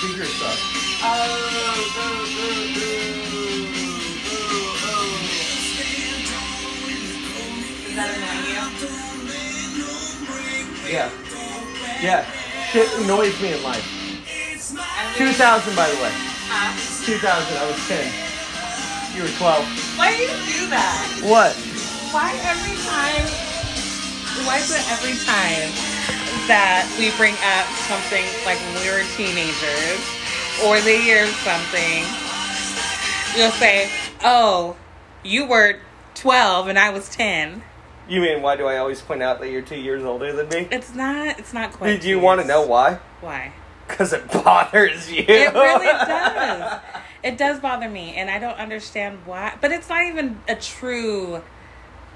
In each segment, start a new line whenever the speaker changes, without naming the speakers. secret stuff.
Is that annoying you?
Yeah. Yeah. Shit annoys me in life.
I don't think-
2000, by the way.
Huh?
2000. I was 10. You were 12.
Why do you do that?
What?
Why every time? Why is it every time that we bring up something like when we were teenagers or the year of something, you'll say, "Oh, you were 12 and I was 10."
You mean why do I always point out that you're two years older than me?
It's not. It's not quite.
Did you
two
want to
years.
know why?
why?
Because it bothers you.
It really does. It does bother me, and I don't understand why. But it's not even a true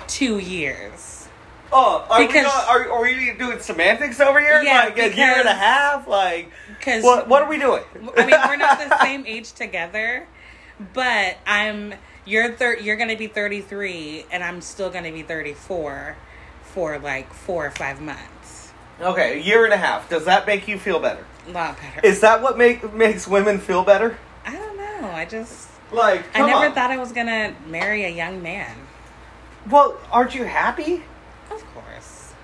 two years.
Oh, are we
Because-
not, are, are we doing semantics over here?
Yeah,
like a year and a
because-
half? Like,
'Cause-
what, what are we doing?
I mean, we're not the same age together, but I'm. You're thir- You're gonna be 33, and I'm still gonna be 34 for like four or five months.
Okay, a year and a half. Does that make you feel better?
A lot better.
Is that what make, makes women feel better?
I don't know. I just.
Like,
I
come
never
on.
thought I was gonna marry a young man.
Well, aren't you happy?
Of course.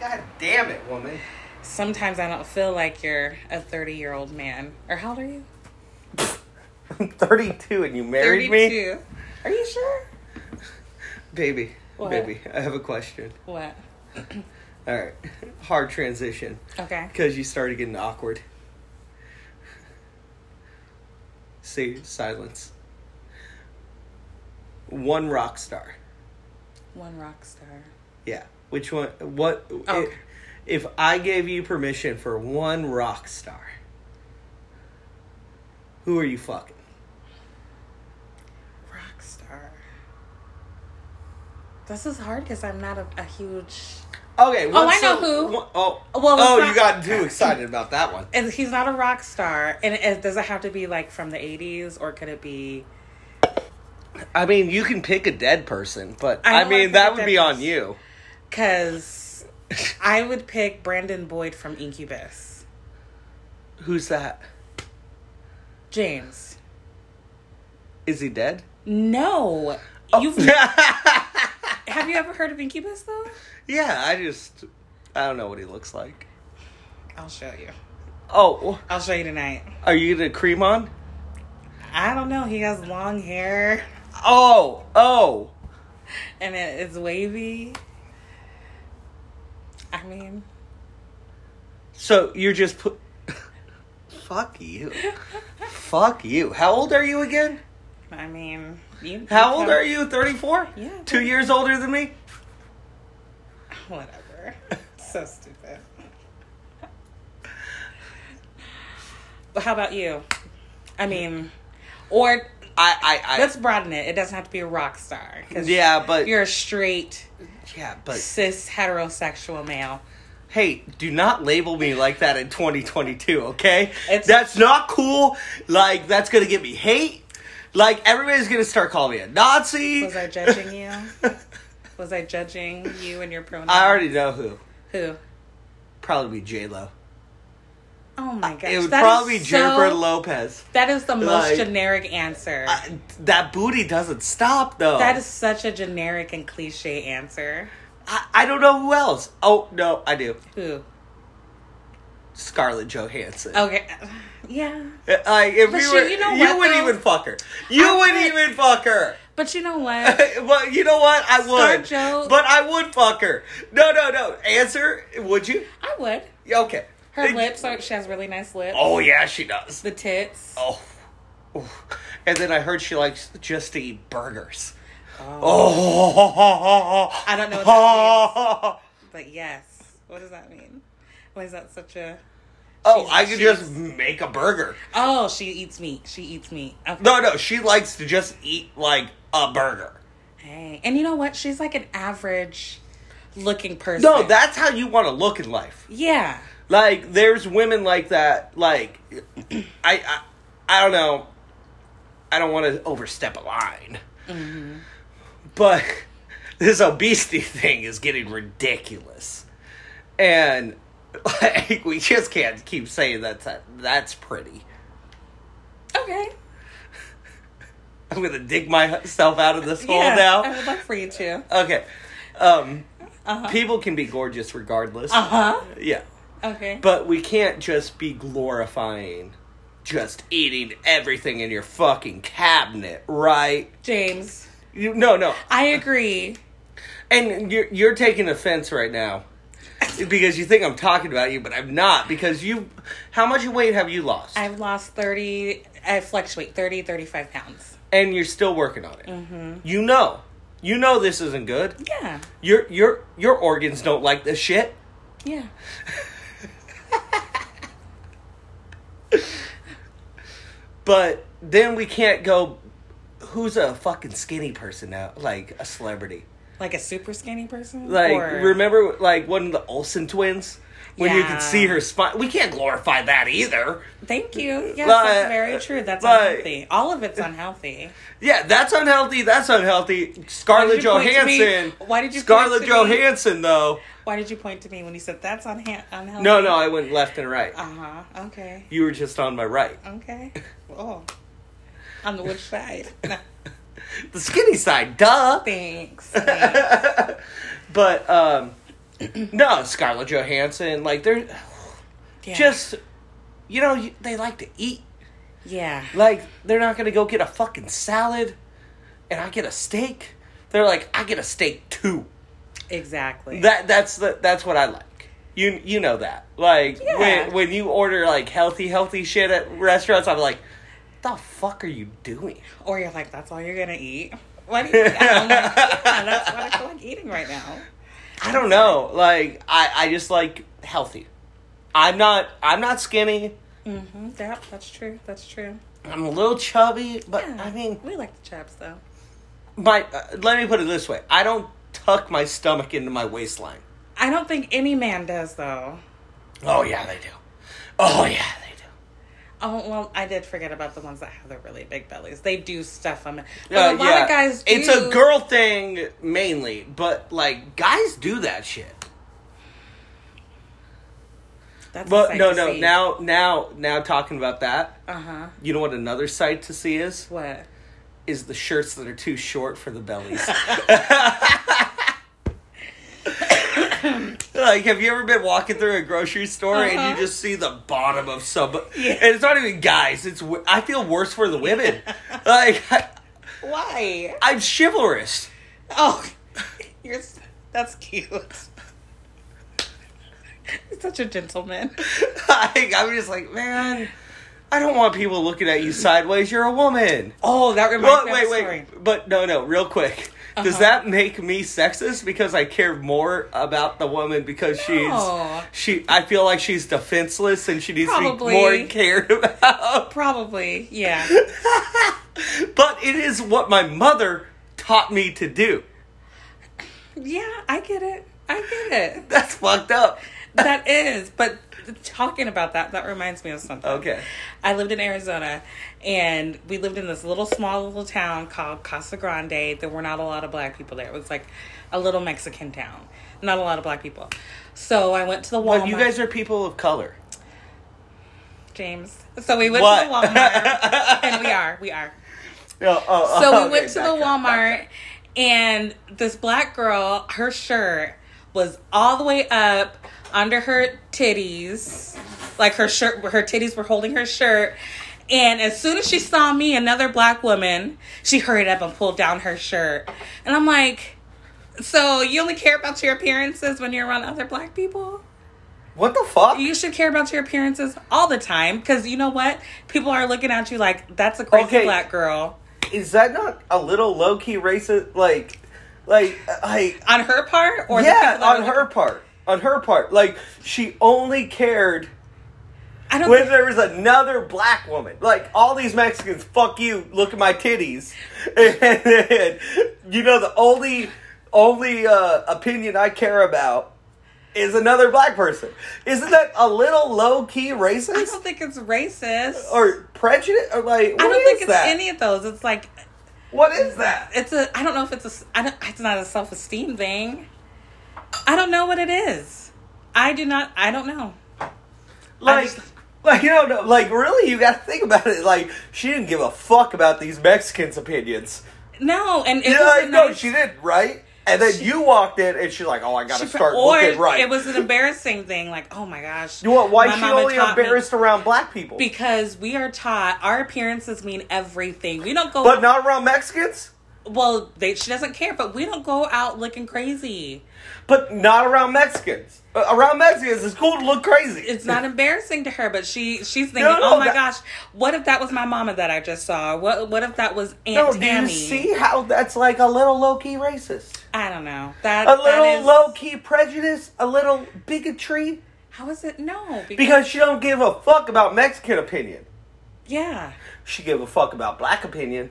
God damn it, woman.
Sometimes I don't feel like you're a 30 year old man. Or how old are you?
I'm 32 and you married me?
Are you sure?
Baby,
What?
baby, I have a question.
What?
All right, hard transition
Okay.
because you started getting awkward. See, silence. One rock star.
One rock star.
Yeah. Which one? What?
Okay.
If I gave you permission for one rock star, who are you fucking?
Rock star. This is hard because I'm not a, a huge.
Okay. what's
I know
the-
who.
one- oh,
Well, it's
oh,
not-
you got too excited about that one.
And he's not a rock star. And it, it, does it have to be like from the 80s or could it be.
I mean, you can pick a dead person, but
I
I,
know I
mean
pick
that
a
would
dead
be on
person.
you.
Because I would pick Brandon Boyd from Incubus.
Who's that?
James.
Is he dead? Oh.
No. You've, have you ever heard of Incubus though?
yeah, I just I don't know what he looks like.
I'll show you.
Oh,
I'll show you tonight.
are you gonna cream on?
I don't know. He has long hair
Oh, oh,
and it, it's wavy. I mean,
so you're just put. Fuck you. Fuck you. How old are you again?
I mean, you.
How old are you? Thirty four.
Yeah,
Two years older than me.
Whatever. so stupid. But how about you? I mean, or
I, I, I.
let's broaden it. It doesn't have to be a rock star. 'cause
yeah, but
You're a straight
yeah, but
cis heterosexual male.
Hey, do not label me like that in 2022, okay?
It's-
that's not cool. Like, that's gonna get me hate. Like, everybody's gonna start calling me a Nazi.
Was I judging you? Was I judging you and your pronouns?
I already know who.
Who?
Probably J Lo.
Oh my gosh.
It would
that
probably
is
be Jennifer
so-
Lopez.
That is the most
Like-
generic answer.
I, that booty doesn't stop though.
that is such a generic and cliche answer.
I, I don't know who else. Oh no, I do.
Who?
Scarlett Johansson. Uh,
Okay. Yeah.
Like if
Oh. But
we
she-
were,
you know
you
what,
wouldn't
though?
even fuck her. You
I
wouldn't
would.
even fuck her.
But you know what?
well, you know what? I
Scar
would.
Joe-
But I would fuck her. No, no, no. Answer, would you?
I would.
Okay.
Her
It-
lips are, she has really nice lips.
Oh, yeah, she does.
The tits.
Oh. Oof. And then I heard she likes just to eat burgers.
Oh.
Oh.
I don't know what
Oh,
But yes. What does that mean? Why is that such a. She's-
Oh, I could
she's-
just make a burger.
Oh, she eats meat. She eats meat. Okay.
No, no, she likes to just eat like a burger.
Hey. And you know what? She's like an average looking person.
No, that's how you want to look in life.
Yeah.
Like there's women like that. Like I I, I don't know. I don't want to overstep a line. But this obesity thing is getting ridiculous. And Like we just can't keep saying that's that's pretty.
Okay.
I'm gonna dig myself out of this hole
yeah, I
now.
would love for you to.
Okay. Um,
Uh huh.
people can be gorgeous regardless.
Uh huh.
Yeah.
Okay.
But we can't just be glorifying just eating everything in your fucking cabinet, right?
James,
You, no, no.
I agree.
And you're, you're taking offense right now because you think I'm talking about you, but I'm not because you. How much weight have you lost?
I've lost 30, I fluctuate 30, 35 pounds.
and you're still working on it. You know, you know this isn't good.
Yeah.
Your your your organs don't like this shit.
Yeah.
But then we can't go. Who's a fucking skinny person now? Like a celebrity.
Like a super skinny person?
Like
Or-
remember, like one of the Olsen twins when you
Yeah.
could see her spine. We can't glorify that either.
Thank you. Yes,
Like-
that's very true. That's
like-
unhealthy. All of it's unhealthy.
Yeah, that's unhealthy. That's unhealthy. Scarlett
Why did you point to me?
Johansson.
Why did you point
Scarlett
to me?
Johansson though?
Why did you point to me when you said that's unha- unhealthy?
No, no, I went left and right.
Uh huh. Okay.
You were just on my right,
Okay. Oh. On the which side? No.
the skinny side. Duh.
Thanks. Thanks.
But um, no, Scarlett Johansson. Like they're
Yeah.
just, you know, you- they like to eat.
yeah.
Like, they're not gonna go get a fucking salad and I get a steak. They're like, I get a steak too.
Exactly.
That that's the that's what I like. You you know that. Like
Yeah.
when when you order like healthy, healthy shit at restaurants, I'm like, the fuck are you doing?
or you're like, that's all you're gonna eat. What? Do you, I'm like, yeah, that's what I feel like eating right now.
I don't know. Like I, I just like healthy. I'm not I'm not skinny.
Mm-hmm. Yep, that's true. That's true.
I'm a little chubby, but
Yeah.
I mean
we like the chaps though.
my uh, let me put it this way. I don't tuck my stomach into my waistline.
I don't think any man does though.
Oh yeah, they do. Oh yeah, they do.
Oh well, I did forget about the ones that have the really big bellies. They do stuff them. But
Uh,
a lot of guys. Do,
It's a girl thing mainly, but like guys do that shit.
That's
But no, no. Now, now, now. Talking about that,
Uh huh.
you know what another sight to see is
What?
is the shirts that are too short for the bellies. like, have you ever been walking through a grocery store
Uh-huh.
and you just see the bottom of some?
Yeah.
And it's not even guys. It's w- I feel worse for the women. like I,
Why?
I'm chivalrous.
Oh, you're. s- That's cute. You're such a gentleman.
like, I'm just like, man, I don't want people looking at you sideways. You're a woman.
Oh, that reminds
Well,
me.
wait,
Wait,
wait,
Story.
but no, no, real quick. Does
Uh-huh.
that make me sexist because I care more about the woman because
No.
she's she? I feel like she's defenseless and she needs
Probably.
to be more cared about.
Probably, yeah.
But it is what my mother taught me to do.
yeah, I get it. I get it.
That's fucked up.
That is. But talking about that, that reminds me of something.
Okay.
I lived in Arizona, and we lived in this little small little town called Casa Grande. There were not a lot of black people there. It was like a little Mexican town. Not a lot of black people. So I went to the Walmart.
But you guys are people of color.
James. So we went to the
What?
Walmart, and we are, we are.
Oh, oh,
So
oh,
we went
okay,
to the
back up,
Walmart,
back
and this black girl, her shirt was all the way up under her titties, like her shirt, her titties were holding her shirt. And as soon as she saw me, another black woman, she hurried up and pulled down her shirt. And I'm like, so you only care about your appearances when you're around other black people?
up. What the fuck?
You should care about your appearances all the time because you know what? People are looking at you like, that's a crazy
Okay.
black girl.
Is that not a little low key racist? Like, like, like.
On her part? or the
yeah,
people that
on
are
her part. On her part. Like, she only cared
I don't
when
think,
there was another black woman. Like, all these Mexicans, fuck you, look at my titties. And, then, you know, the only, only uh, opinion I care about is another black person. Isn't that a little low key
I
racist?
don't think it's racist.
Or prejudice? Or, like, what
I don't
is
think it's
that?
any of those. It's like
what is that?
it's a. I don't know if it's a. s- I don't. It's not a self esteem thing. I don't know what it is. I do not. I don't know.
Like,
just-
like you don't know, like really, you got to think about it. Like, she didn't give a fuck about these Mexicans' opinions.
No, and it
Yeah,
was
like,
a
no,
nice-
she did right. And then you walked in, and she's like, "Oh, I got
she
to
pro-
start
or
looking right."
It was an embarrassing thing. Like, oh my gosh,
you want why
my
she
mama
only
taught me-
embarrassed around black people,
because we are taught our appearances mean everything. We don't go.
but not around Mexicans.
well, they, she doesn't care, but we don't go out looking crazy.
But not around Mexicans. Uh, around Mexicans, it's cool to look crazy.
It's not embarrassing to her, but she she's thinking,
No, no,
oh my
that-
gosh, what if that was my mama that I just saw? What what if that was
no,
Aunt
do
Tammy?
you see how that's like a little low key racist,
I don't know. That
a little
that is,
low key prejudice, a little bigotry?
How is it? No, because,
Because she don't give a fuck about Mexican opinion.
yeah.
She give a fuck about black opinion.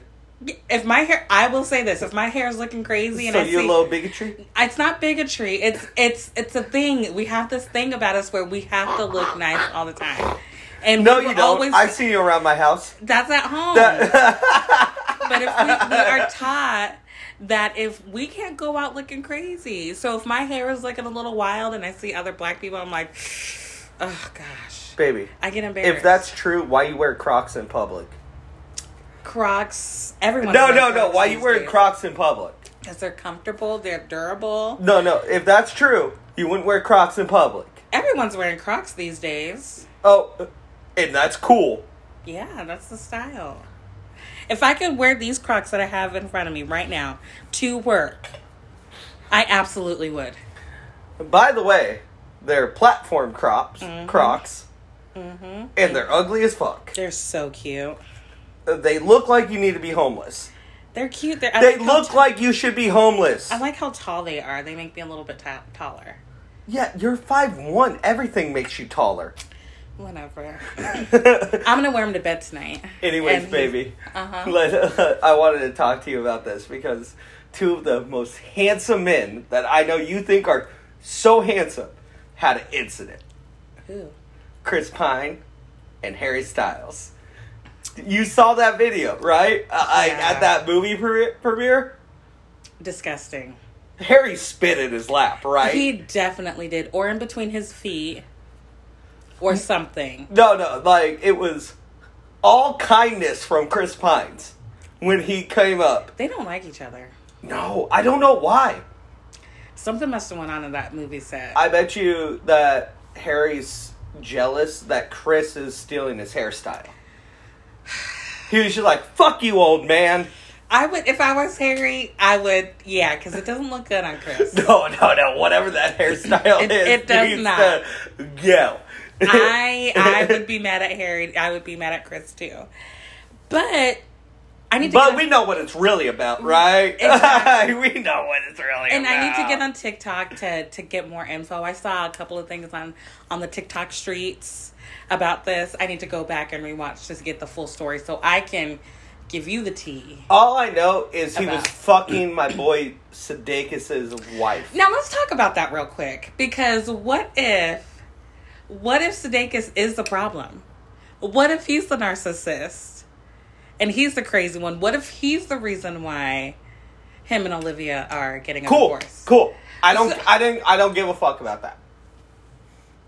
If my hair, I will say this: if my hair is looking crazy and
so
I
you're
see,
low bigotry.
it's not bigotry. It's it's it's a thing. We have this thing about us where we have to look nice all the time, and
No,
we were
you don't.
Always,
I see you around my house.
that's at home. but if we, we are taught that if we can't go out looking crazy, so if my hair is looking a little wild and I see other black people, I'm like, oh gosh,
Baby,
I get embarrassed.
if that's true, why you wear Crocs in public?
Crocs, everyone.
No,
wears
no, no.
Crocs
Why you
these
wearing
days.
Crocs in public?
Because they're comfortable, they're durable.
No, no. If that's true, you wouldn't wear Crocs in public.
Everyone's wearing Crocs these days.
Oh, and that's cool.
Yeah, that's the style. If I could wear these Crocs that I have in front of me right now to work, I absolutely would.
By the way, they're platform crops,
Mm-hmm.
Crocs, and they're ugly as fuck.
They're so cute.
They look like you need to be homeless.
They're cute. They're, I
They
like how
look
t-
like you should be homeless.
I like how tall they are. They make me a little bit ta- taller.
Yeah, you're five one. Everything makes you taller.
Whatever. I'm gonna wear them to bed tonight. And-
Anyways,
Uh-huh.
baby, let- uh, I wanted to talk to you about this because two of the most handsome men that I know you think are so handsome had an incident.
Ooh.
Chris Pine and Harry Styles. You saw that video, right? Uh, I, I,
Yeah.
at that movie pre- premiere,
Disgusting.
Harry spit in his lap, right?
He definitely did, or in between his feet, or
Mm.
something.
No, no, like it was all kindness from Chris Pines when he came up.
They don't like each other.
No, I don't know why.
Something must have went on in that movie set.
I bet you that Harry's jealous that Chris is stealing his hairstyle. He was just like, "Fuck you, old man."
I would, if I was Harry, I would, yeah, because it doesn't look good on Chris.
No, no, no. Whatever that hairstyle
It-
is,
it does
needs
not.
to go.
I, I would be mad at Harry. I would be mad at Chris too. But I need to. get
But
on- Mm,
we know what it's really about, right?
Exactly.
we know what it's really
and
about.
I need to get on TikTok to to get more info. I saw a couple of things on on the TikTok streets about this. I need to go back and rewatch just to get the full story so I can give you the tea.
All I know is he was
About.
fucking my boy Sudeikis' wife.
Now let's talk about that real quick because what if what if Sudeikis is the problem? What if he's the narcissist and he's the crazy one? What if he's the reason why him and Olivia are getting a
Cool,
divorce?
cool. I don't,
So-
I didn't, I don't give a fuck about that.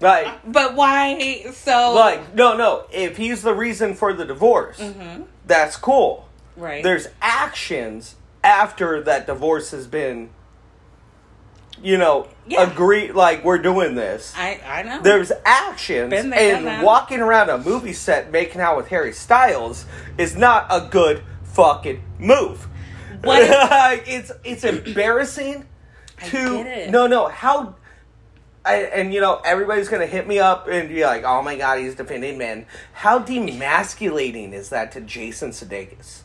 Like,
But why? So
like, no, no. If he's the reason for the divorce, that's cool.
Mm-hmm. right?
There's actions after that divorce has been, you know,
Yeah.
agree. Like we're doing this.
I I know.
There's actions,
Been there, done
and
that.
walking around a movie set making out with Harry Styles is not a good fucking move.
What if-
Like, it's it's embarrassing
I
to
get it.
no no how. I, and you know everybody's gonna hit me up and be like, "Oh my god, he's defending men." How demasculating is that to Jason Sudeikis?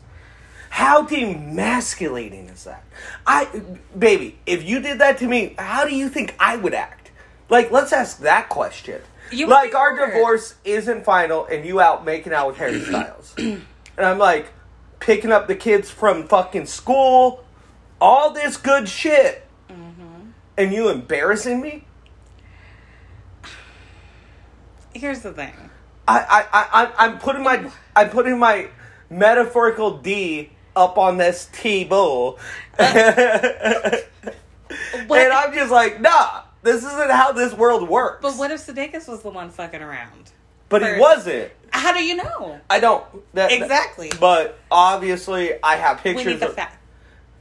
How demasculating is that? I, baby, if you did that to me, how do you think I would act? Like, let's ask that question.
You
like,
would
our
be hurt.
divorce isn't final, and you out making out with Harry Styles, and I'm like picking up the kids from fucking school, all this good shit,
Mm-hmm.
and you embarrassing me.
Here's the thing.
I, I, I, I'm- I'm putting my, I'm putting my metaphorical D up on this table.
What?
And I'm just like, nah, This isn't how this world works.
But what if Sudeikis was the one fucking around?
But he
first?
wasn't.
How do you know?
I don't that, that-
Exactly.
but obviously, I have
we
pictures
need the
of,
fact.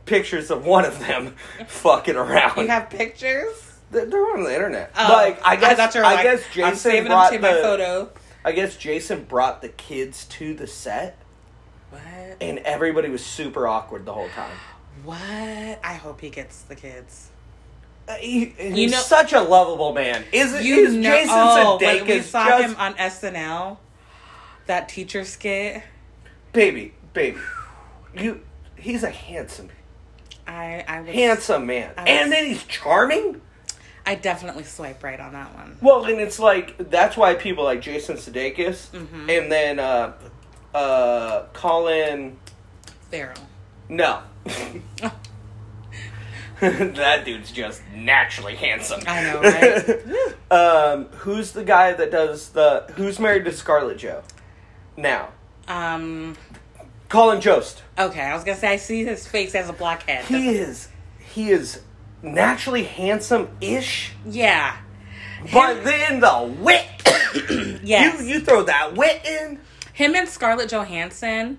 pictures of one of them fucking around.
You have pictures.
They're they're on the internet.
Oh,
like I guess, I,
thought you were like,
guess
I'm
Jason
saving
brought
them to
the.
my photo.
I guess Jason brought the kids to the set,
What?
and everybody was super awkward the whole time.
What? I hope he gets the kids.
Uh, He, he's
You know-
such a lovable man. Is it?
You
is
know,
Jason
oh, when
Sudeikis
we saw
just
him on SNL, that teacher skit.
baby, baby? You, he's a handsome,
I I would
handsome man,
I-
and then he's charming.
I definitely swipe right on that one.
Well, and it's like that's why people like Jason Sudeikis,
Mm-hmm.
and then uh, uh, Colin.
Feral.
No. that dude's just naturally handsome.
I know, right?
um, who's the guy that does the? Who's married to Scarlett Joe? Now,
um.
Colin Jost.
Okay, I was gonna say I see his face as a blockhead.
He is. He is naturally handsome-ish,
yeah.
but then the wit.
Yes.
You you throw that wit in.
Him and Scarlett Johansson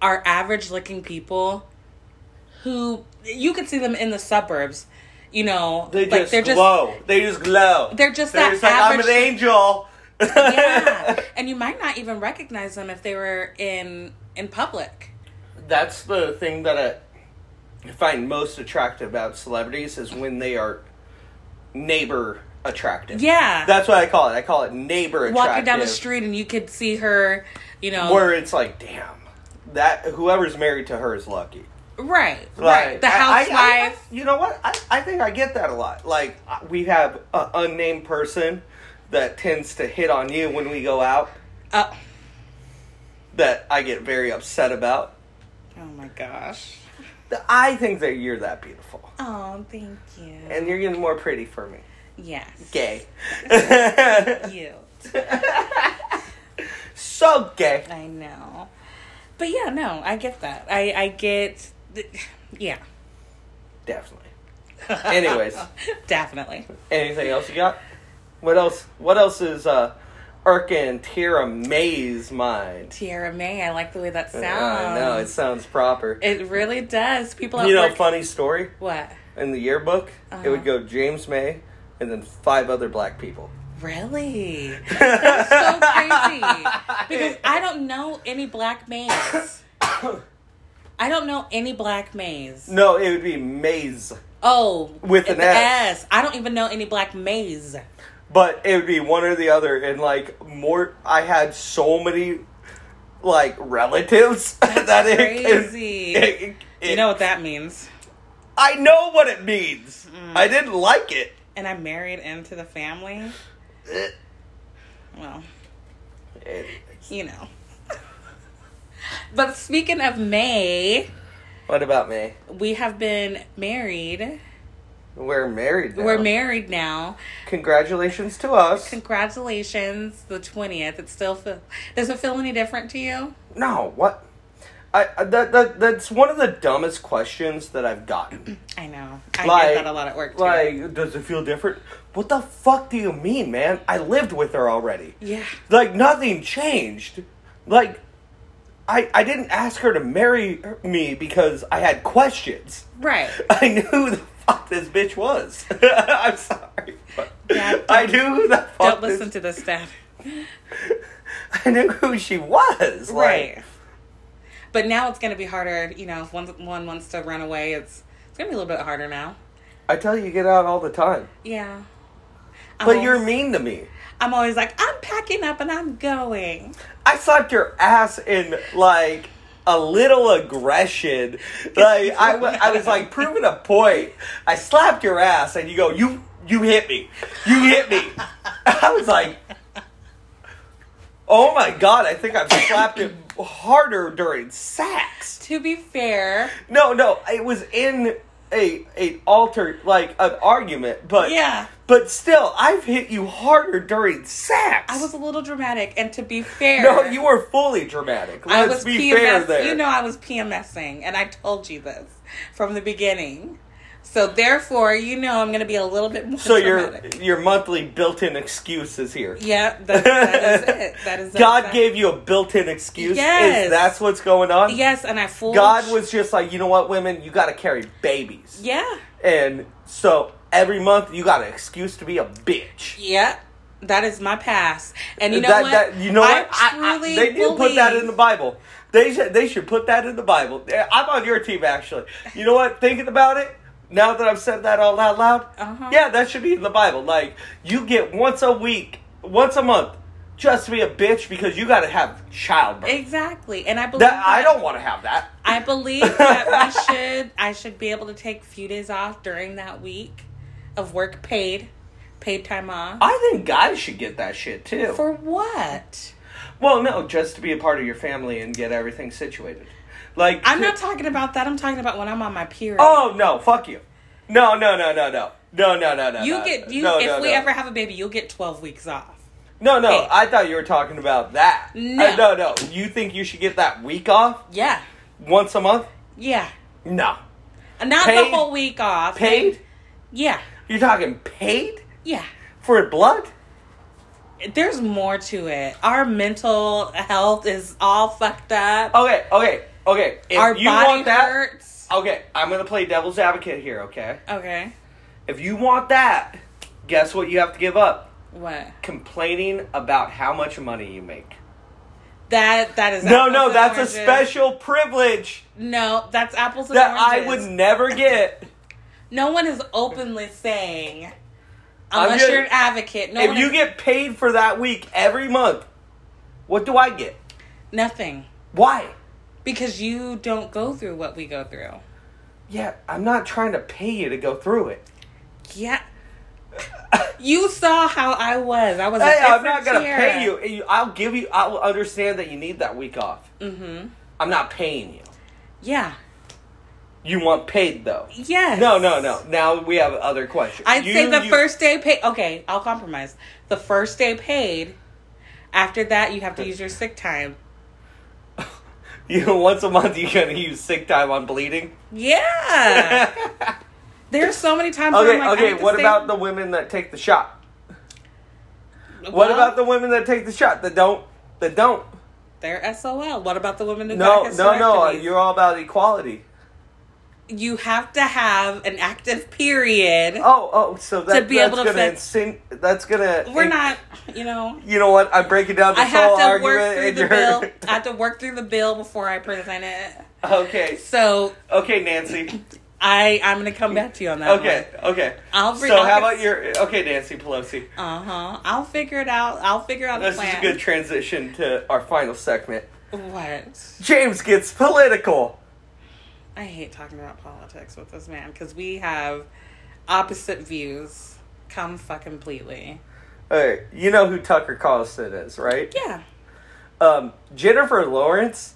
are average looking people who you could see them in the suburbs, you know,
They
like
just
they're just
glow. they just glow.
They're just that
like, I'm
average-
an angel.
yeah. And you might not even recognize them if they were in in public.
that's the thing that I find most attractive about celebrities is when they are neighbor attractive.
Yeah.
That's what I call it. I call it neighbor attractive.
Walking down the street and you could see her, you know,
where it's like, damn, that whoever's married to her is lucky.
right,
Like,
right. The
I- I- I-
housewife.
you know what? I, I think I get that a lot. Like I- we have an unnamed person that tends to hit on you when we go out
oh,
that I get very upset about.
oh my gosh.
I think that you're that beautiful.
Oh, thank you.
And you're getting more pretty for me.
yes.
gay.
Cute.
so gay.
I know. But yeah, no, I get that. I I get th- yeah.
Definitely. Anyways,
Definitely.
anything else you got? What else? What else is uh, Urca and Tira May's mind?
Tierra May, I like the way that sounds.
I know it sounds proper.
It really does. People at
you know,
work-
funny story
what?
in the yearbook, it would
Uh-huh.
go James May and then five other black people.
Really? That's so crazy. Because I don't know any black maids. I don't know any black maids.
No, it would be Mays,
Oh,
With an
the
S.
S. I don't even know any black maids.
but it would be one or the other. And like more, I had so many like relatives that it, it-
crazy.
it- it-
You know what that means.
I know what it means.
Mm.
I didn't like it.
And I'm married into the family. Well, you know. but speaking of May,
What about me?
we have been married.
We're married now.
We're married now.
Congratulations to us.
Congratulations, the twentieth. It still feel does it feel any different to you?
no, what? I, I- that, that that's one of the dumbest questions that I've gotten.
I know. I
Like-
get that a lot at work too.
Like, does it feel different? What the fuck do you mean, man? I lived with her already.
yeah.
Like nothing changed. Like I I didn't ask her to marry me because I had questions.
Right.
I knew who the fuck this bitch was. I'm sorry. but
Yeah, don't-
I knew who the fuck
Don't listen
this,
to this stuff.
I knew who she was. Like,
Right. But now it's gonna be harder, you know, if one one wants to run away, it's it's gonna be a little bit harder now.
I tell you, you get out all the time.
Yeah. I'm
But
always-
you're mean to me.
I'm always like, I'm packing up and I'm going.
I slapped your ass in like a little aggression. Like I, wa- I was like proving a point. I slapped your ass, and you go, you you hit me, you hit me. I was like, oh my god, I think I've slapped it harder during sex.
To be fair,
No, no, it was in a a alter like an argument, but
Yeah.
but still, I've hit you harder during sex.
I was a little dramatic, and to be fair,
no, you were fully dramatic.
I was
Let's be
PMS.
fair there.
You know, I was PMSing, and I told you this from the beginning. So therefore, you know I'm going to be a little bit more
So your
dramatic.
your monthly built-in excuse is here.
Yeah, that, that is it. That is
God
exact-
gave you a built-in excuse.
Yes.
Is that's what's going on?
Yes, and I fooled.
God was just like, you know what, women, you got to carry babies,
Yeah.
and so every month you got an excuse to be a bitch.
Yep. That is my past. And you know
that,
what?
That, you know what?
I truly
they do put
believe-
that in the Bible. They should, they should put that in the Bible. Yeah, I'm on your team, actually. You know what? Thinking about it, now that I've said that all out loud,
Uh-huh.
yeah, that should be in the Bible. Like, you get once a week, once a month, just to be a bitch because you got to have childbirth.
Exactly. And I believe
that, I
that-
don't want to have that.
I believe that we should I should be able to take a few days off during that week of work paid. Paid time off.
I think guys should get that shit too.
For what?
well, no, just to be a part of your family and get everything situated. Like,
I'm not talking about that. I'm talking about when I'm on my period.
Oh no! Fuck you! No! No! No! No! No! No! No! No! No!
you
no,
get you
No,
if
no,
we
no.
ever have a baby, you'll get 12 weeks off.
No! No!
Hey.
I thought you were talking about that.
No.
Uh, no! No! You think you should get that week off
Yeah.
once a month?
Yeah.
No.
Not
Paid-
the whole week off.
Paid?
Yeah.
You're talking paid
Yeah.
for blood?
There's more to it. Our mental health is all fucked up.
Okay. Okay. Okay. Oh, If
Our
you
body
want that,
hurts.
okay. I'm gonna play devil's advocate here. Okay.
Okay.
If you want that, guess what you have to give up?
What?
Complaining about how much money you make.
That that is
No,
apples
no,
and
that's a
oranges.
special privilege
No, that's apples and
that I
oranges.
would never get.
No one is openly saying, unless
just-
you're an advocate. No
if
one
you
is-
get paid for that week every month, what do I get?
nothing
Why?
because you don't go through what we go through.
Yeah, I'm not trying to pay you to go through it.
Yeah. You saw how I was. I was. a
Hey, I'm
different
not gonna
Kiara.
pay you. You- I'll give you. I'll understand that you need that week off.
Mm-hmm.
I'm not paying you.
Yeah.
You want paid though?
Yes.
No, no, no. Now we have other questions.
I'd
You-
say the
you-
first day paid. Okay, I'll compromise. The first day paid. After that, you have to use your sick time.
You once a month you're gonna use sick time on bleeding.
Yeah.
okay,
There's so many times. Where I'm like, Oh I
okay.
have to
What
stay-
about the women that take the shot? What
Well,
about the women that take the shot that don't? That don't.
They're SOL. What about the women who
No,
got
no, no.
hysterectomies?
You're all about equality.
You have to have an active period.
Oh, oh, so that,
To be
that's
able to
gonna
fit-
insin- that's gonna.
We're
in-
not, you know.
You know what? I'm breaking down
I
this
have
whole
to work
argument.
through
and
the
you're
bill. I have to work through the bill before I present it.
okay,
So
okay, Nancy.
I, I'm gonna come back to you on that.
Okay, okay.
I'll bring-
so
I'll
how
get-
about your? Okay, Nancy Pelosi.
Uh huh. I'll figure it out. I'll figure out
This
the
is a
plan.
good transition to our final segment.
What?
James gets political.
I hate talking about politics with this man because we have opposite views. Come fuck completely.
All right, you know who Tucker Carlson is, right?
Yeah.
Um, Jennifer Lawrence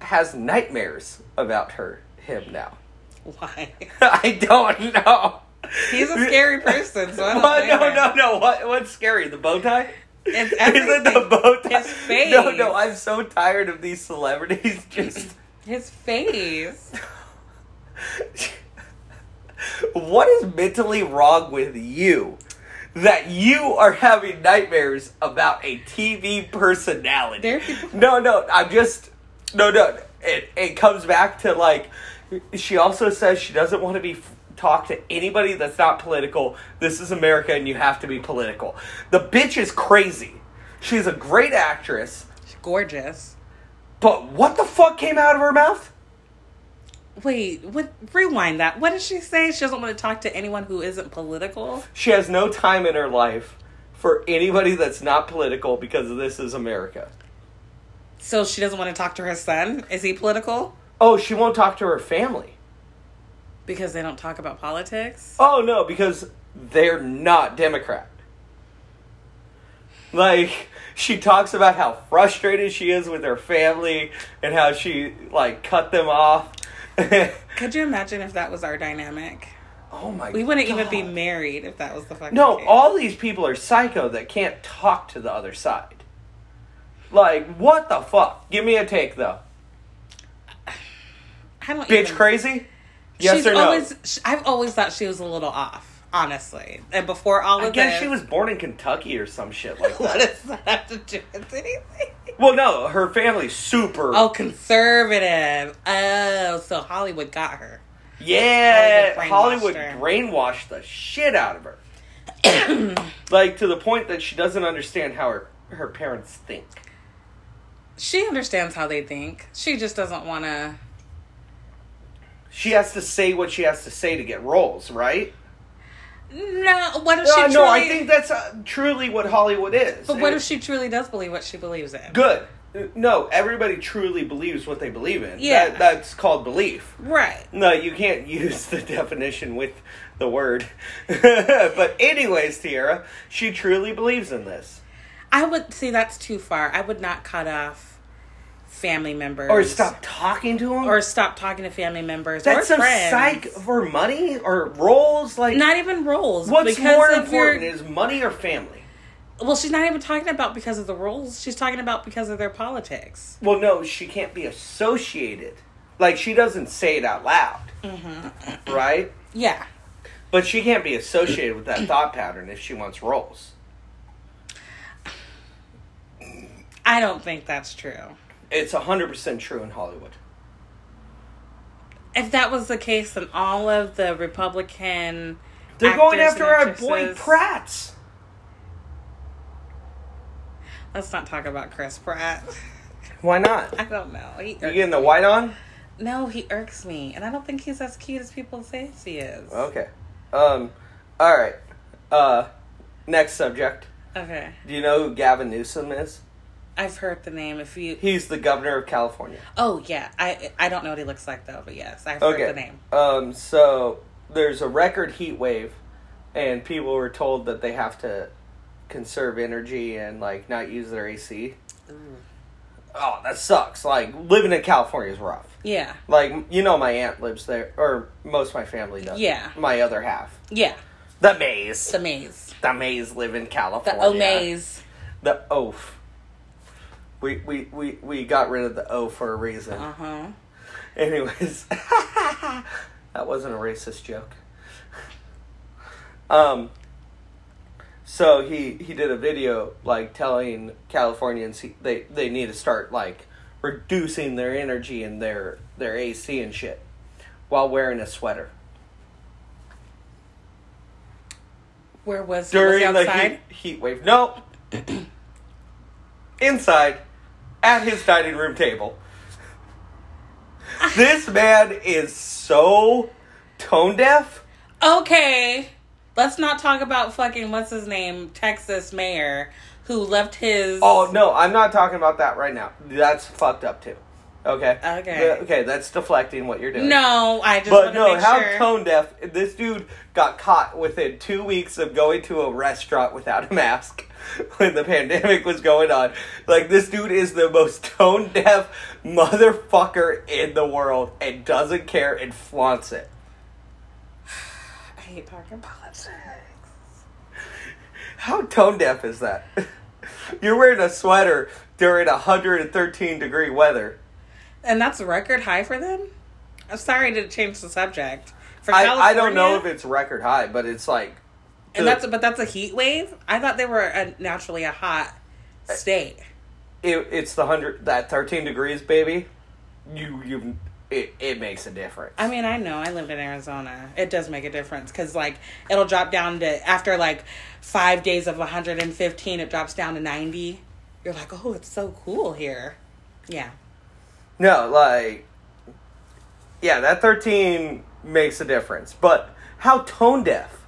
has nightmares about her him now.
Why?
I don't know.
He's a scary person, so I don't
What?
blame
No,
her.
no, no. What? What's scary? The bow tie?
It's
Is it the
everything.
bow tie?
His face.
No, no. I'm so tired of these celebrities. Just
His face.
what is mentally wrong with you that you are having nightmares about a TV personality?
There are people-
No, no. I'm just no, no. It it comes back to like she also says she doesn't want to be f- talk to anybody that's not political. This is America, and you have to be political. The bitch is crazy. She's a great actress,
Gorgeous.
but what the fuck came out of her mouth?
Wait, what? Rewind that. What did she say? She doesn't want to talk to anyone who isn't political.
She has no time in her life for anybody that's not political because this is America.
So she doesn't want to talk to her son. Is he political?
Oh, she won't talk to her family.
Because they don't talk about politics.
Oh no, because they're not Democrat. Like she talks about how frustrated she is with her family and how she like cut them off. oh
Could you imagine if that was our dynamic?
my
We wouldn't even be
God.
married if that was the fucking
No,
case.
all these people are psycho that can't talk to the other side. Like what the fuck? Give me a take though.
I don't
Bitch
even-
crazy? Yes
she's
or no?
always sh- I've always thought she was a little off, honestly. And before all of
I guess
this,
she was born in Kentucky or some shit like
What
that.
does that have to do with anything?
well, no, her family's super.
Oh, conservative. Oh, so Hollywood got her.
Yeah,
Hollywood
Hollywood
brainwashed her.
brainwashed the shit out of her. like to the point that she doesn't understand how her, her parents think.
She understands how they think. She just doesn't want to.
She has to say what she has to say to get roles, right?
No, what if she
Uh,
truly?
no, I think that's uh, truly what Hollywood is.
but what
It-
if she truly does believe what she believes in?
good? Uh, No, everybody truly believes what they believe in.
Yeah.
That- that's called belief.
Right.
No, you can't use the definition with the word. but anyways, Tiara, she truly believes in this.
I would see that's too far. I would not cut off family members
Or stop talking to him.
or stop talking to family members
That's
or
some
friends.
psych for money or roles. Like,
Not even roles.
what's
because
more
of your-
important is money or family?
well, she's not even talking about because of the roles. She's talking about because of their politics.
Well, no, she can't be associated. Like, she doesn't say it out loud,
Mm-hmm.
right?
Yeah.
But she can't be associated with that thought pattern if she wants roles.
I don't think that's true.
It's hundred percent true in Hollywood.
If that was the case, then all of the Republican
They're going
actors
after
and
our boy
actresses-
Pratt's.
Let's not talk about Chris Pratt.
Why not?
I don't know. He
You
irks-
getting the white on?
no, he irks me, and I don't think he's as cute as people say he is.
Okay. Um. All right. Uh. Next subject.
Okay.
Do you know who Gavin Newsom is?
I've heard the name. If you,
He's the governor of California.
oh yeah, I I don't know what he looks like though, but yes, I've
Okay.
heard the name.
Um. So there's a record heat wave, and people were told that they have to conserve energy and like not use their AC.
Mm.
Oh, that sucks. Like living in California is rough.
Yeah,
Like you know, my aunt lives there, or most of my family does.
Yeah.
My other half.
yeah,
The maze.
the maze,
The maze live in
the
California.
O maze.
The oaf. We we we we got rid of the O for a reason.
Uh huh.
Anyways, that wasn't a racist joke. Um. So he he did a video like telling Californians he, they they need to start like reducing their energy and their their AC and shit while wearing a sweater
Where was he? Was he
during the
outside?
heat, heat wave. No, inside at his dining room table. This man is so tone deaf.
Okay, let's not talk about fucking what's his name, Texas mayor who left his.
Oh no, I'm not talking about that right now. That's fucked up too. Okay.
Okay.
Yeah, Okay, that's deflecting what you're doing.
no! I just
But
want to
no,
make
how
sure.
tone deaf. This dude got caught within two weeks of going to a restaurant without a mask when the pandemic was going on. Like, this dude is the most tone deaf motherfucker in the world and doesn't care and flaunts it.
I hate talking politics.
How tone deaf is that? You're wearing a sweater during 113 degree weather.
And that's a record high for them. I'm sorry to change the subject. For
I, I don't know if
California?
it's record high, but it's like.
And that's but that's a heat wave. I thought they were a, naturally a hot
Eh.
state.
it, it's the hundred that thirteen degrees, baby. You you it, it makes a difference.
I mean, I know I lived in Arizona. It does make a difference because like it'll drop down to after like five days of 115, it drops down to 90. You're like, oh, it's so cool here. Yeah,
no, like yeah, that thirteen makes a difference. But how tone deaf?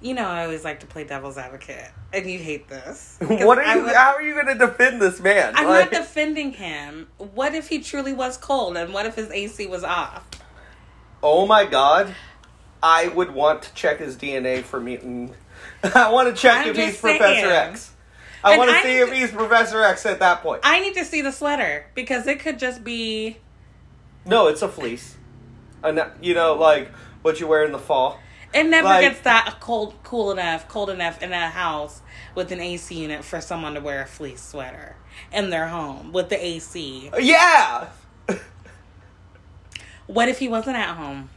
you know I always like to play devil's advocate, and you hate this. 'Cause
What
I
are you?
would-
how are you going to defend this man?
I'm
Like,
not defending him. What if he truly was cold, and what if his AC was off?
oh my god, I would want to check his DNA for mutant. I want to check
I'm
if
just
he's
saying.
Professor X. I
And
want to
I
see
need
if
to-
he's Professor X at that point.
I need to see the sweater because it could just be
no, it's a fleece. And you know, like what you wear in the fall.
It never
Like-
gets that cold, cool enough, cold enough in a house with an AC unit for someone to wear a fleece sweater in their home with the AC.
Yeah.
What if he wasn't at home?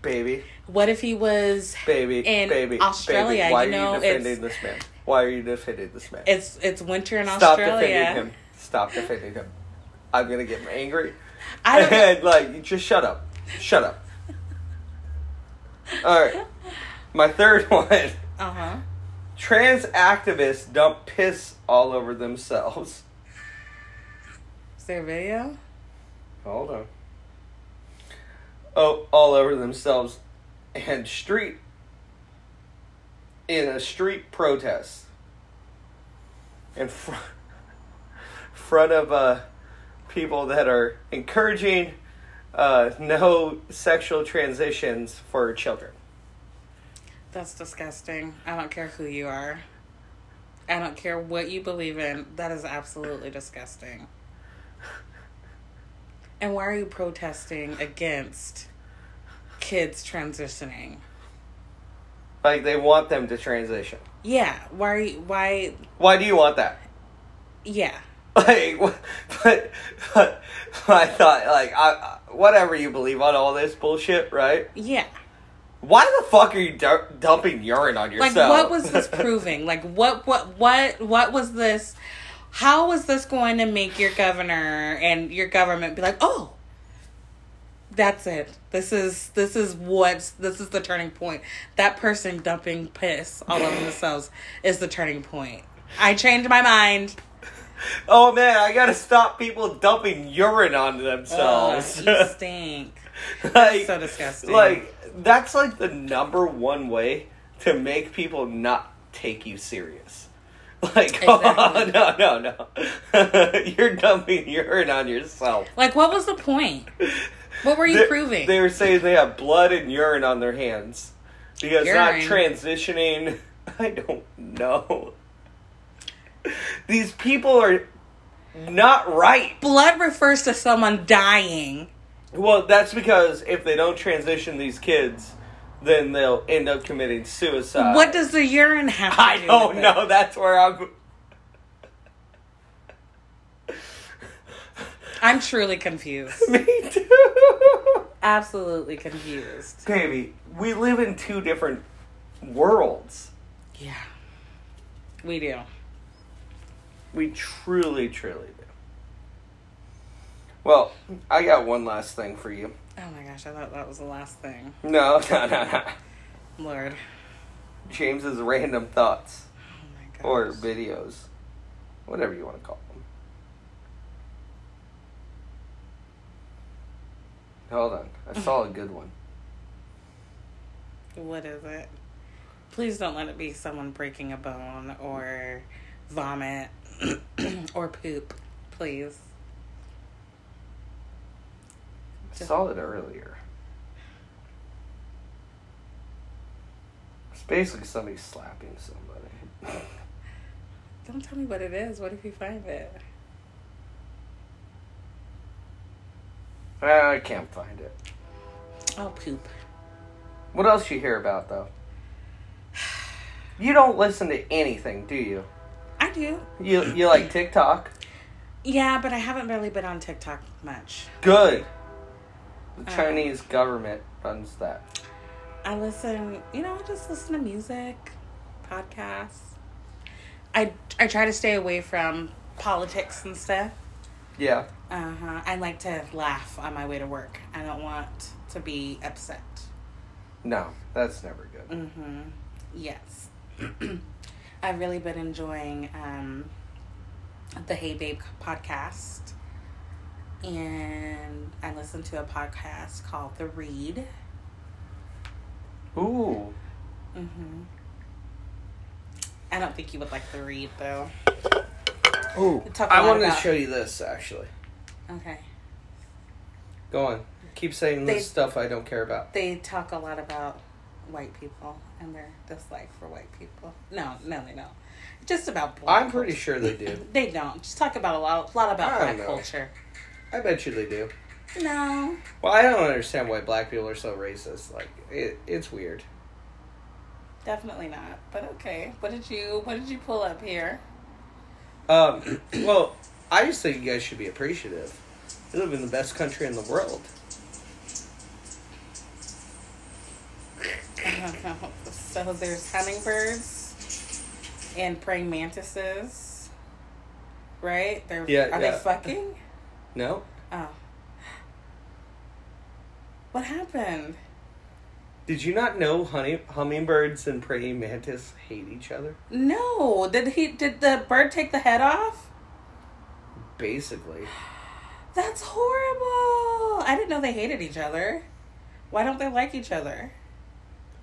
baby,
What if he was
baby,
in
baby,
Australia?
baby. Why
you know,
are you defending
it's,
this man? Why are you defending this man?
it's it's winter in
Stop defending
Australia.
him. Stop defending him. I'm gonna get angry.
I don't
and like, just shut up. Shut up. All right. My third one.
Uh huh.
Trans activists dump piss all over themselves.
Is there a video?
Hold on. Oh, all over themselves, and street in a street protest in fr- front of uh, people that are encouraging uh, no sexual transitions for children.
That's disgusting. I don't care who you are. I don't care what you believe in. That is absolutely disgusting. And why are you protesting against kids transitioning?
Like they want them to transition.
Yeah, why are you, why
Why do you want that?
yeah.
like wh- but, but I thought like I, I- whatever you believe on all this bullshit, right?
Yeah.
Why the fuck are you du- dumping urine on
Like
yourself?
what was this proving? Like what what what what was this how was this going to make your governor and your government be like, "Oh, that's it. This is this is what this is the turning point. That person dumping piss all over themselves is the turning point. I changed my mind.
oh man, I gotta stop people dumping urine on
Oh,
themselves.
you stink.
like,
so disgusting.
Like that's like the number one way to make people not take you serious. Like oh
Exactly.
no no no, you're dumping urine on yourself.
Like what was the point? What were you
They-
proving?
They were saying they have blood and urine on their hands because not
Urine.
transitioning. I don't know. These people are not right.
Blood refers to someone dying.
Well, that's because if they don't transition these kids, then they'll end up committing suicide.
what does the urine have to
I
do with
don't
it?
know. That's where I'm.
I'm truly confused.
Me too.
Absolutely confused.
Baby, we live in two different worlds.
Yeah. We do.
We truly, truly do. Well, I got one last thing for you.
Oh my gosh, I thought that was the last thing.
No, no, no, no.
Lord.
James's random thoughts
Oh my gosh.
or videos, whatever you want to call them. Hold on, I saw a good one.
What is it? Please don't let it be someone breaking a bone or vomit or poop, please.
I saw it earlier. It's basically somebody slapping somebody.
Don't tell me what it is. What if you find it?
Ah, I can't find it.
Oh, poop.
What else you hear about though? You don't listen to anything, do you?
I do.
You you like TikTok?
Yeah, but I haven't really been on TikTok much.
Good. The
Uh.
Chinese government runs that.
I listen, you know, I just listen to music, podcasts. I I try to stay away from politics and stuff.
Yeah.
Uh huh. I like to laugh on my way to work. I don't want to be upset.
No, that's never good.
Mm hmm. Yes. I've really been enjoying um, the Hey Babe podcast, and I listen to a podcast called The Read.
Ooh.
Mm-hmm. I don't think you would like the read though.
Ooh.
Talk a
I
lot
wanted to
about-
show you this actually.
Okay.
Go on. Keep saying
They-
this stuff I don't care about.
They talk a lot about white people and their dislike for white people. No, no, they don't. Just about black.
I'm pretty sure they do.
culture. They don't. Just talk about a lot, lot
I
about
don't
black
know.
culture.
I bet you they do.
No.
Well, I don't understand why black people are so racist. Like, it, it's weird.
Definitely not. But okay. What did you what did you pull up here?
Um, well, I just think you guys should be appreciative. You live in the best country in the world.
So there's hummingbirds and praying mantises, right? They're
Yeah,
are
yeah.
they fucking?
No?
Oh, what happened?
Did you not know honey hummingbirds and praying mantis hate each other?
No, did he? Did the bird take the head off?
Basically.
That's horrible. I didn't know they hated each other. Why don't they like each other?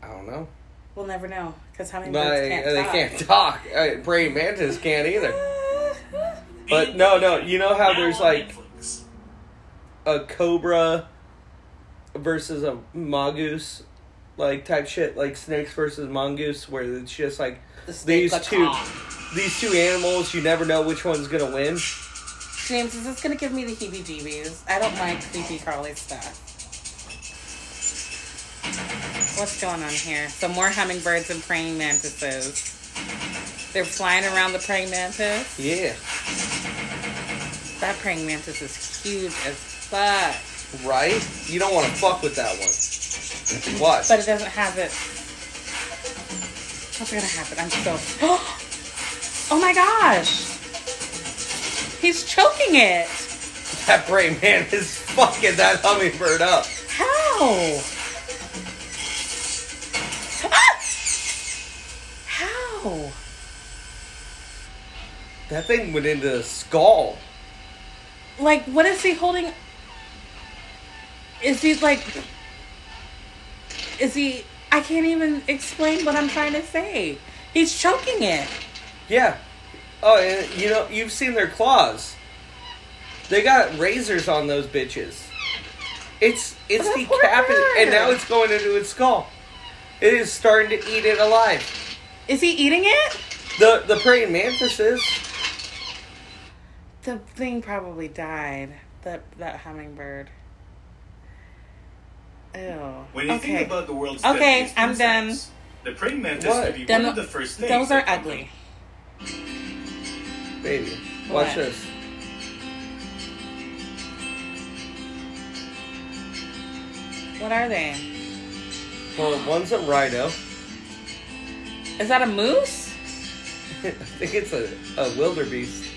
I don't know.
We'll never know because how many
But
birds can't
uh, they
talk?
can't talk. Uh, praying mantis can't either.
either.
But no, no, you know how there's like
Netflix.
a cobra versus a mongoose, like type shit, like snakes versus mongoose, where it's just like
The snake
these
got
two,
caught.
these two animals. You never know which one's gonna win.
James, is this gonna give me the heebie-jeebies? I don't like creepy crawly stuff. What's going on here? Some more hummingbirds and praying mantises. They're flying around the praying mantis.
Yeah,
That praying mantis is huge as fuck,
right. You don't want to fuck with that one. What?
but it doesn't have it. What's gonna happen? I'm so. Oh my gosh! He's choking it.
That brave man is fucking that hummingbird up.
How? Ah! How?
That thing went into the skull.
Like, what is he holding? Is he like. Is he. I can't even explain what I'm trying to say. He's choking it.
Yeah. Oh, and you know you've seen their claws. They got razors on those bitches. It's it's
That poor
decapitated, and
bird.
now it's going into its skull. It is starting to eat it alive.
Is he eating it?
The the praying mantises.
The thing probably died. That that hummingbird. Ew.
When you
okay.
think about the world's
Okay,
deadliest
I'm done.
insects, The praying mantis
What?
could be
Them-
one of the first things.
those are
that come
ugly.
up.
Baby,
What?
watch this.
What are they?
Well, one's a rhino.
Is that a moose?
I think it's a, a wildebeest.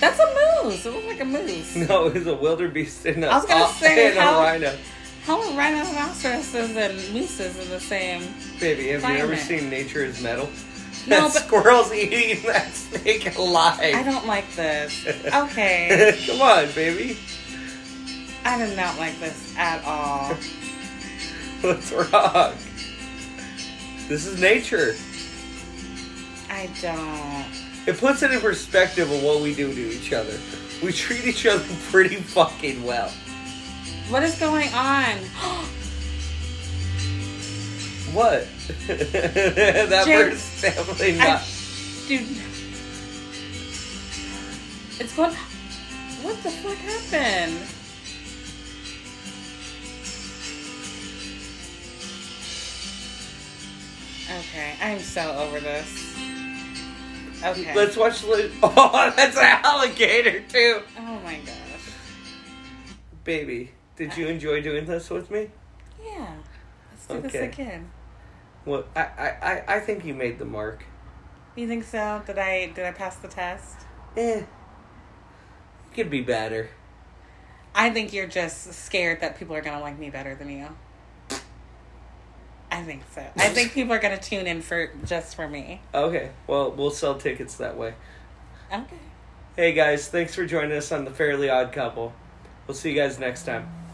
That's a moose. It looks like a moose.
No, it's a wildebeest and a,
I was gonna
uh,
say,
and
how-
a rhino.
How are rhinoceroses and mooses in the same?
Baby, have you ever
Climate.
seen Nature is Metal?
No,
that
but-
squirrel's eating that snake alive.
I don't like this. Okay,
Come on, baby.
I did not like this at all.
Let's rock. This is nature.
I don't.
It puts it in perspective of what we do to each other. We treat each other pretty fucking well.
What is going on?
What? that
James,
bird's definitely
I,
not.
dude, it's going. What the fuck happened? Okay, I'm so over this. Okay.
Let's watch. Lu- Oh, that's an alligator too,
Oh my gosh.
baby. Did you enjoy doing this with me?
Yeah. Let's do
Okay.
this again.
Well, I, I, I, I think you made the mark.
You think so? Did I did I pass the test?
Eh, could be better.
I think you're just scared that people are gonna like me better than you. I think so. I think people are gonna tune in for just for me.
Okay, well, we'll sell tickets that way.
Okay.
Hey guys, thanks for joining us on the Fairly Odd Couple. We'll see you guys next time.